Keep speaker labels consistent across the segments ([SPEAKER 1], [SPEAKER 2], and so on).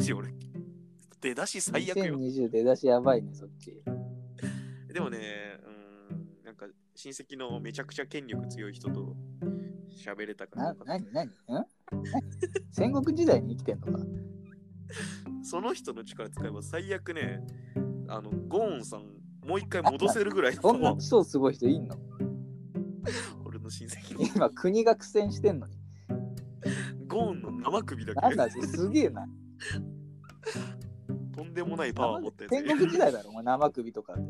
[SPEAKER 1] ジ俺。出だし最悪よ。
[SPEAKER 2] 2020出だしやばいね、そっち。
[SPEAKER 1] でもね、うん、なんか親戚のめちゃくちゃ権力強い人と喋れたから
[SPEAKER 2] な
[SPEAKER 1] よ、か
[SPEAKER 2] な
[SPEAKER 1] っ
[SPEAKER 2] になにん 戦国時代に生きてんのか。
[SPEAKER 1] たその人の力使えば最悪ね、あの、ゴーンさん、もう一回戻せるぐらい
[SPEAKER 2] そんな
[SPEAKER 1] の
[SPEAKER 2] 超すごい人いんの
[SPEAKER 1] 俺の親戚に。
[SPEAKER 2] 今、国が苦戦してんのに。
[SPEAKER 1] ゴーンの生首だ
[SPEAKER 2] な
[SPEAKER 1] け
[SPEAKER 2] んだ、すげえな。
[SPEAKER 1] とんでも ないパワーを持ったやつ
[SPEAKER 2] 戦
[SPEAKER 1] がい
[SPEAKER 2] 国
[SPEAKER 1] る。
[SPEAKER 2] 時代だろ、お前生首とかって。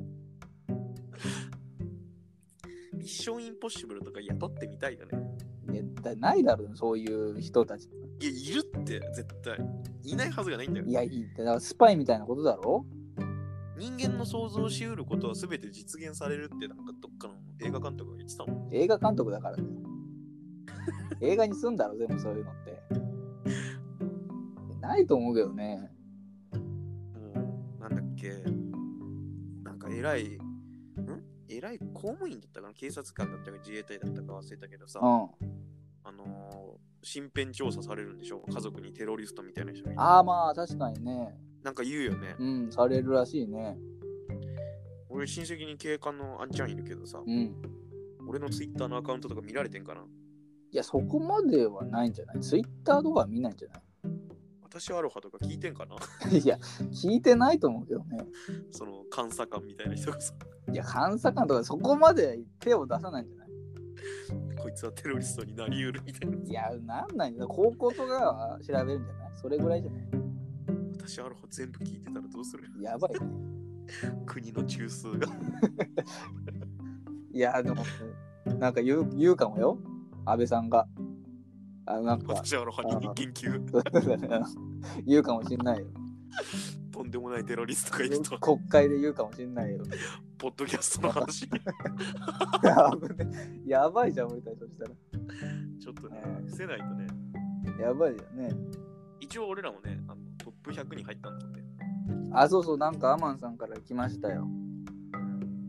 [SPEAKER 1] ミッションインポッシブルとか雇ってみたいよね。
[SPEAKER 2] 絶対ないだろう、そういう人たち。
[SPEAKER 1] いや、いるって、絶対。いないはずがないんだよ
[SPEAKER 2] い。や、いいって、だからスパイみたいなことだろ
[SPEAKER 1] 人間の想像しうることは全て実現されるって、なんかどっかの映画監督が言ってたもん。
[SPEAKER 2] 映画監督だからね。映画にすんだろ、全部そういうのって。ないと思うけどね。
[SPEAKER 1] もう、なんだっけ、なんか偉い、ん偉い公務員だったかな警察官だったか自衛隊だったか忘れたけどさ、
[SPEAKER 2] うん。
[SPEAKER 1] あのー、身辺調査されるんでしょ家族にテロリストみたいな人がいて
[SPEAKER 2] ああ、まあ、確かにね。
[SPEAKER 1] なんか言うよね。
[SPEAKER 2] うん、されるらしいね。
[SPEAKER 1] 俺親戚に警官のあんちゃんいるけどさ、
[SPEAKER 2] うん。
[SPEAKER 1] 俺のツイッターのアカウントとか見られてんかない
[SPEAKER 2] や、そこまではないんじゃないツイッターとかは見ないんじゃな
[SPEAKER 1] 私アロハとか聞いてんかな
[SPEAKER 2] い いや、聞いてないと思うけどね。
[SPEAKER 1] その監査官みたいな人がさ、
[SPEAKER 2] いや、監査官とかそこまで手を出さないんじゃない
[SPEAKER 1] こいつはテロリストになりうるみたいな。
[SPEAKER 2] いや、なんないんだ。高校とかは調べるんじゃないそれぐらいじゃない
[SPEAKER 1] 私アロハ全部聞いてたらどうする
[SPEAKER 2] やばいね。
[SPEAKER 1] 国の中枢が。
[SPEAKER 2] いや、でも、なんか言う言うかもよ。安倍さんが。あの、なんか、
[SPEAKER 1] 私アロハに研究、
[SPEAKER 2] 言うかもしんないよ。
[SPEAKER 1] とんでもないテロリストがいると、
[SPEAKER 2] 国会で言うかもしんないよ。
[SPEAKER 1] ポッドキャストの話。
[SPEAKER 2] 危ねやばいじゃん、俺たちとしたら。
[SPEAKER 1] ちょっとね、伏せないとね。
[SPEAKER 2] やばいよね。
[SPEAKER 1] 一応俺らもね、あのトップ100に入ったんだって。
[SPEAKER 2] あ、そうそう、なんかアマンさんから来ましたよ。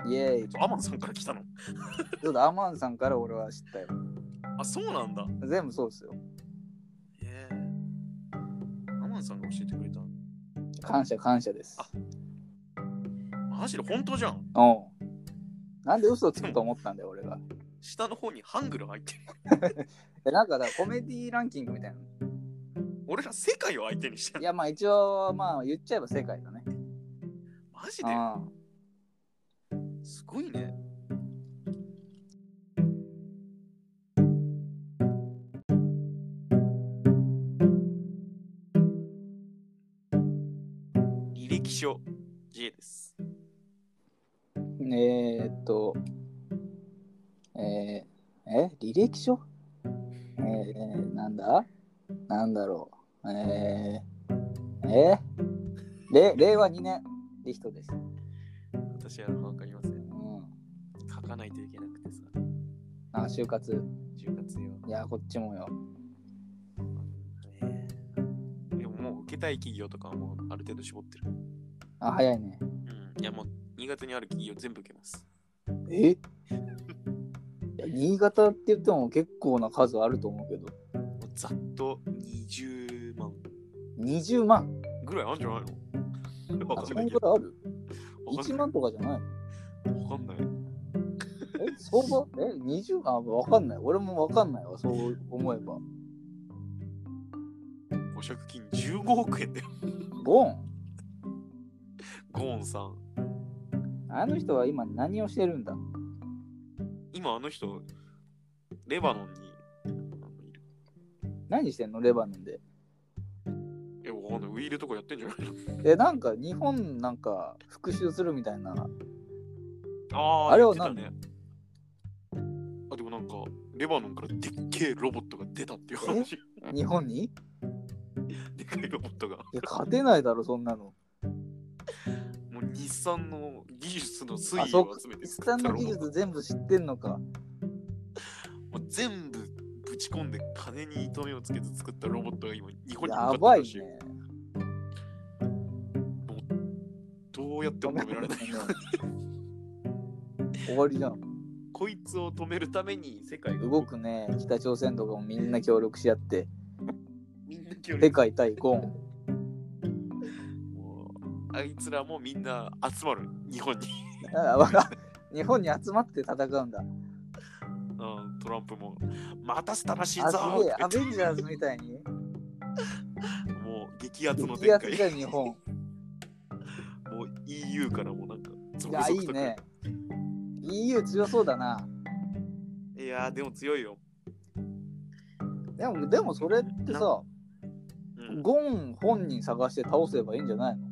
[SPEAKER 2] イエーイ。ち
[SPEAKER 1] アマンさんから来たの
[SPEAKER 2] ょっとアマンさんから俺は知ったよ。
[SPEAKER 1] あ、そうなんだ。
[SPEAKER 2] 全部そうですよ。
[SPEAKER 1] へえアマンさんが教えてくれた。
[SPEAKER 2] 感謝感謝です。
[SPEAKER 1] マジで本当じゃん。
[SPEAKER 2] うん。なんで嘘をつくと思ったんだよ、俺が。
[SPEAKER 1] 下の方に ハングル入ってる。
[SPEAKER 2] でなんかだからコメディランキングみたいな。
[SPEAKER 1] 俺ら世界を相手にして
[SPEAKER 2] い
[SPEAKER 1] る。
[SPEAKER 2] や、まあ一応、まあ言っちゃえば世界だね。
[SPEAKER 1] マジで
[SPEAKER 2] うん。
[SPEAKER 1] すごいね。履歴書 J です。
[SPEAKER 2] えー、っと、えー、え、履歴書えー、なんだなんだろう。えー、えー、れ令和2年、リヒトです。
[SPEAKER 1] 私はわかりません。
[SPEAKER 2] うん。
[SPEAKER 1] 書かないといけなくてさ、
[SPEAKER 2] なんか就活。
[SPEAKER 1] 就活用。
[SPEAKER 2] いや、こっちもよ。
[SPEAKER 1] ねえでももう受けたい企業とかはもうある程度絞ってる。
[SPEAKER 2] あ、早いね。
[SPEAKER 1] うん。いやもう新潟にある企業全部受けます。
[SPEAKER 2] えいや新潟って言っても結構な数あると思うけど。
[SPEAKER 1] もうざっと20万
[SPEAKER 2] 20万
[SPEAKER 1] ぐらいあるんじゃないのわ
[SPEAKER 2] あ、
[SPEAKER 1] か
[SPEAKER 2] そ
[SPEAKER 1] んなんい
[SPEAKER 2] ぐ
[SPEAKER 1] けど。
[SPEAKER 2] らいある
[SPEAKER 1] わか
[SPEAKER 2] ?1
[SPEAKER 1] んない
[SPEAKER 2] 万とかじゃない
[SPEAKER 1] わかんない。
[SPEAKER 2] え、相場え、20? あ、わかんない。俺もわかんないわ、そう思えば。
[SPEAKER 1] 保釈金15億円だよ。
[SPEAKER 2] ゴーン
[SPEAKER 1] ゴーンさん。
[SPEAKER 2] あの人は今何をしてるんだ
[SPEAKER 1] 今あの人、レバノンに。あのいる
[SPEAKER 2] 何してんのレバノンで。
[SPEAKER 1] え、わかんない。ウィールとかやってんじゃないの
[SPEAKER 2] え、なんか日本なんか復讐するみたいな。
[SPEAKER 1] あー
[SPEAKER 2] あれは
[SPEAKER 1] 言ってたね。あ、でもなんか、レバノンからでっけえロボットが出たっていう話。
[SPEAKER 2] 日本にい
[SPEAKER 1] でかいロボットが。
[SPEAKER 2] や、勝てないだろ、そんなの。
[SPEAKER 1] もう日産の技術の推
[SPEAKER 2] あ、
[SPEAKER 1] 移
[SPEAKER 2] そう
[SPEAKER 1] を
[SPEAKER 2] か
[SPEAKER 1] 集め。て
[SPEAKER 2] 日産の技
[SPEAKER 1] ロボッ
[SPEAKER 2] 術全部知ってんのか。
[SPEAKER 1] トもう全部ぶち込んで金に糸目をつけて作ったロボットが今日本に向かっ
[SPEAKER 2] や
[SPEAKER 1] て
[SPEAKER 2] ば
[SPEAKER 1] る
[SPEAKER 2] い
[SPEAKER 1] らしいよ
[SPEAKER 2] ね。
[SPEAKER 1] どうやっても止めら れない
[SPEAKER 2] 終わりじゃん。
[SPEAKER 1] こいつを止めるために世界が
[SPEAKER 2] 動くね。北朝鮮とかもみんな協力し合って。
[SPEAKER 1] みんな協力
[SPEAKER 2] 世界対ゴーン。
[SPEAKER 1] あいつらもみんな集まる、日本に。
[SPEAKER 2] あわか日本に集まって戦うんだ。
[SPEAKER 1] うん、トランプも、待たせたらしいぞ
[SPEAKER 2] あ、すげえ、
[SPEAKER 1] とか言
[SPEAKER 2] ア
[SPEAKER 1] って
[SPEAKER 2] ベンジャーズみたいに。
[SPEAKER 1] もう激アツの
[SPEAKER 2] 激
[SPEAKER 1] 展
[SPEAKER 2] アツ
[SPEAKER 1] 開。
[SPEAKER 2] じゃん日本。
[SPEAKER 1] もう EU からもなんか、
[SPEAKER 2] い
[SPEAKER 1] 続々
[SPEAKER 2] や、
[SPEAKER 1] と
[SPEAKER 2] いいね。EU 強そうだな。
[SPEAKER 1] いやー、でも強いよ。
[SPEAKER 2] でも、でもそれってさ、
[SPEAKER 1] うん、
[SPEAKER 2] ゴン本人探して倒せばいいんじゃないの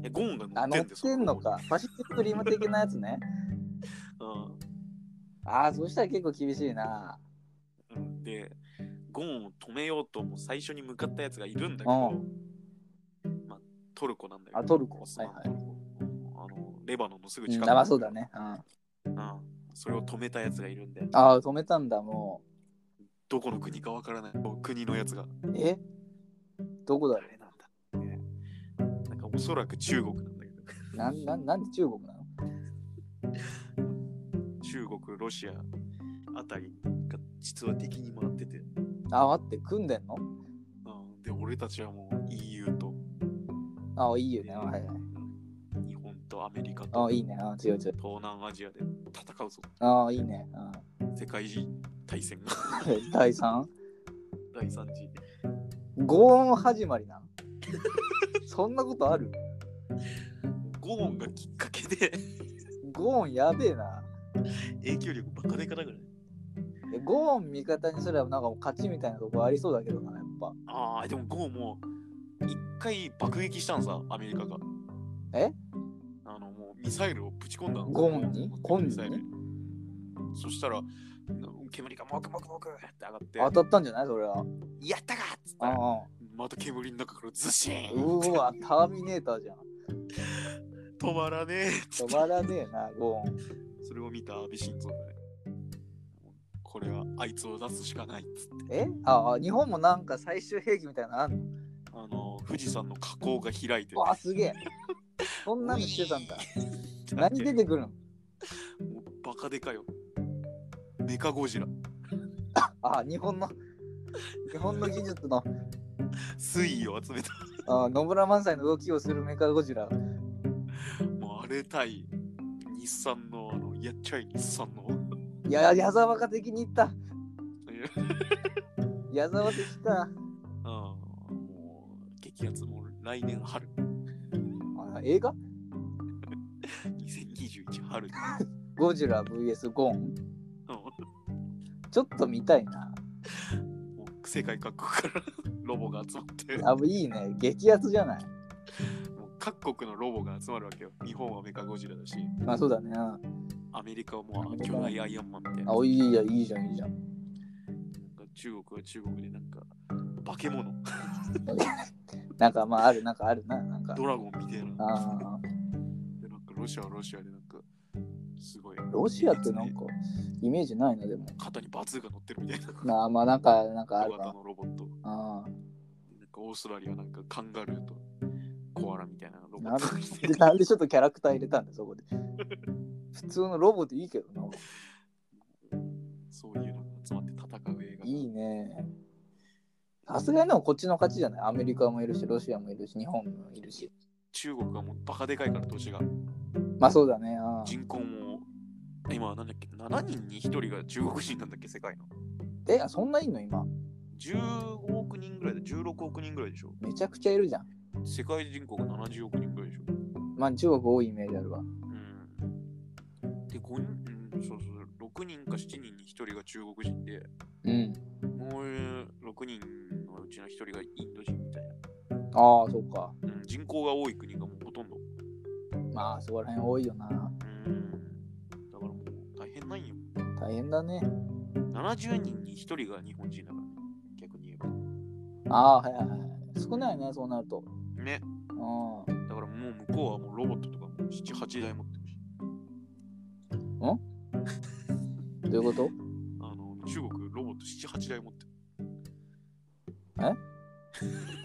[SPEAKER 1] いやゴーンが乗
[SPEAKER 2] あ、
[SPEAKER 1] って
[SPEAKER 2] 乗
[SPEAKER 1] ん
[SPEAKER 2] っ
[SPEAKER 1] だよ
[SPEAKER 2] てんの。か。パシフィックリム的なやつね。
[SPEAKER 1] その
[SPEAKER 2] ああ、そしたら結構厳しいな。
[SPEAKER 1] うんうん。で、ゴーンを止めようともう最初に向かったやつがいるんだけど、まあ、トルコなんだけど。
[SPEAKER 2] あトルコ
[SPEAKER 1] オスマン
[SPEAKER 2] はいはい
[SPEAKER 1] トルコあの、レバノンのすぐ
[SPEAKER 2] うん、
[SPEAKER 1] 近く。
[SPEAKER 2] まあそうだね。うん、あ
[SPEAKER 1] うん。それを止めたやつがいるんで、
[SPEAKER 2] あ、止めたんだ、も
[SPEAKER 1] どこの国かわからない国のやつが。
[SPEAKER 2] う。えどこだろ
[SPEAKER 1] 誰なんだねなんかおそらく中国なんだけど。
[SPEAKER 2] うなんなんなんで中国なの
[SPEAKER 1] 中国、ロシアあたりが実は敵に回ってて。
[SPEAKER 2] あ、待って、組んでんの
[SPEAKER 1] うん、で、俺たちはもう EU と
[SPEAKER 2] ああ、いいよね。はいはい。
[SPEAKER 1] 日本とアメリカ
[SPEAKER 2] あ
[SPEAKER 1] と
[SPEAKER 2] あ、いい
[SPEAKER 1] 東
[SPEAKER 2] ね。ああ、強い強い。
[SPEAKER 1] 南アジアで戦うぞ。
[SPEAKER 2] ああ、いいね。うん
[SPEAKER 1] 世界大戦が
[SPEAKER 2] 第3
[SPEAKER 1] 第3次。
[SPEAKER 2] ゴーン始まり なのそんなことある
[SPEAKER 1] ゴーンがきっかけで
[SPEAKER 2] ゴーンやべえな
[SPEAKER 1] 影響力バカでかだからい。
[SPEAKER 2] えゴーン味方にすればなんかもう勝ちみたいなとこありそうだけどなやっぱ
[SPEAKER 1] ああ、でもゴーンも一回爆撃したんさ、アメリカが。
[SPEAKER 2] え
[SPEAKER 1] あの、もうミサイルをぶち込んだの
[SPEAKER 2] ゴーン
[SPEAKER 1] ゴ
[SPEAKER 2] に
[SPEAKER 1] ーの
[SPEAKER 2] ゴーンに
[SPEAKER 1] ミサイルそしたら、煙がもくもくもくって上がって、
[SPEAKER 2] 当たったんじゃないそれは
[SPEAKER 1] やったかっつったら、
[SPEAKER 2] ああ
[SPEAKER 1] また煙の中からずしー
[SPEAKER 2] うんーわターミネーターじゃん
[SPEAKER 1] 止まらねえっつって
[SPEAKER 2] 止まらねえなゴーン
[SPEAKER 1] それを見た安倍晋三がね、これはあいつを出すしかないっつって。
[SPEAKER 2] えああ日本もなんか最終兵器みたいなのあんの
[SPEAKER 1] あの、富士山の火口が開いて
[SPEAKER 2] う、わすげえそんなのしてたん だ何出
[SPEAKER 1] も
[SPEAKER 2] てくるの
[SPEAKER 1] うバカでかよ。メカゴジラ、
[SPEAKER 2] ああ日本の日本の技術の
[SPEAKER 1] 水位を集めた。
[SPEAKER 2] ああ野村萬斎の動きをするメカゴジラ
[SPEAKER 1] もうあれ対日産の、あの、やっちゃい日産の。
[SPEAKER 2] いや矢沢が敵に行った
[SPEAKER 1] いや
[SPEAKER 2] 矢沢的か。
[SPEAKER 1] うん、もう、激アツも来年春、
[SPEAKER 2] あ映画
[SPEAKER 1] 2021春に。
[SPEAKER 2] ゴジラ VS ゴーン
[SPEAKER 1] う
[SPEAKER 2] ちょっと見たいな。
[SPEAKER 1] んもう世界各国から ロボが集まって、
[SPEAKER 2] あ、いいね。激アツじゃない。
[SPEAKER 1] もう各国のロボが集まるわけよ。日本はメカゴジラだし、
[SPEAKER 2] まあそうだね。
[SPEAKER 1] アメリカはもう巨大アイアンマンみたいな。
[SPEAKER 2] あ、おいいや、いいじゃん、いいじゃん。
[SPEAKER 1] なんか中国は中国でなんか、化け物、
[SPEAKER 2] なんかまあある、なんかあるな。なんか。
[SPEAKER 1] ドラゴンみたいな。
[SPEAKER 2] あー
[SPEAKER 1] でなんかロシアはロシアでなんか、すごい。
[SPEAKER 2] ロシアってなんか、イメージないな、でも。
[SPEAKER 1] 肩にバツーが乗ってるみたいな。
[SPEAKER 2] なあ、まあなんか、なんかあ
[SPEAKER 1] 小
[SPEAKER 2] る
[SPEAKER 1] 型
[SPEAKER 2] な。
[SPEAKER 1] のロボット。
[SPEAKER 2] あ
[SPEAKER 1] なんかオーストラリアはなんかカンガルーとコアラみたいなロ
[SPEAKER 2] ー
[SPEAKER 1] ボッ
[SPEAKER 2] なん
[SPEAKER 1] トがいて
[SPEAKER 2] で、なんでちょっとキャラクター入れたんだ、そこで。普通のロボでいいけどな。
[SPEAKER 1] そういうのが集まって戦う映画。
[SPEAKER 2] いいね。さすがにでもこっちの勝ちじゃないアメリカもいるし、ロシアもいるし、日本もいるし。
[SPEAKER 1] 中国がもうバカでかいから投資が。
[SPEAKER 2] まあそうだね。あー
[SPEAKER 1] 人口も今なんだっけ7人に1人が中国人なんだっけ世界の。
[SPEAKER 2] え、そんないんの今。
[SPEAKER 1] 15億人ぐらいで16億人ぐらいでしょ。
[SPEAKER 2] めちゃくちゃいるじゃん。
[SPEAKER 1] 世界人口が70億人ぐらいでしょ。
[SPEAKER 2] まあ中国多いイメージあるわ。
[SPEAKER 1] うん。で、5人、うん、そうそう、6人か7人に1人が中国人で、
[SPEAKER 2] うん。
[SPEAKER 1] もう6人のうちの1人がインド人みたいな。
[SPEAKER 2] ああ、そっか。
[SPEAKER 1] うん、人口が多い国がもうほとんど。
[SPEAKER 2] まあそこら辺多いよな。
[SPEAKER 1] うん。だからもう大変なんよ。
[SPEAKER 2] 大変だね。
[SPEAKER 1] 70人に1人が日本人だから、ね、逆に言えば。
[SPEAKER 2] ああ、はいはいはい。少ないね、そうなると。
[SPEAKER 1] ね。
[SPEAKER 2] うん。
[SPEAKER 1] だからもう向こうはもうロボットとかもう7、8台持ってるし。
[SPEAKER 2] どういうこと
[SPEAKER 1] あの、中国ロボット7、8台持ってる。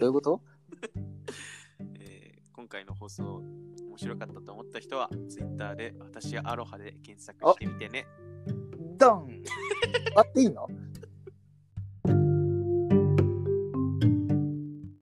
[SPEAKER 2] どういうこと
[SPEAKER 1] えー今回の放送面白かったと思った人は Twitter で私アロハで検索してみてね。
[SPEAKER 2] ドンあっていいの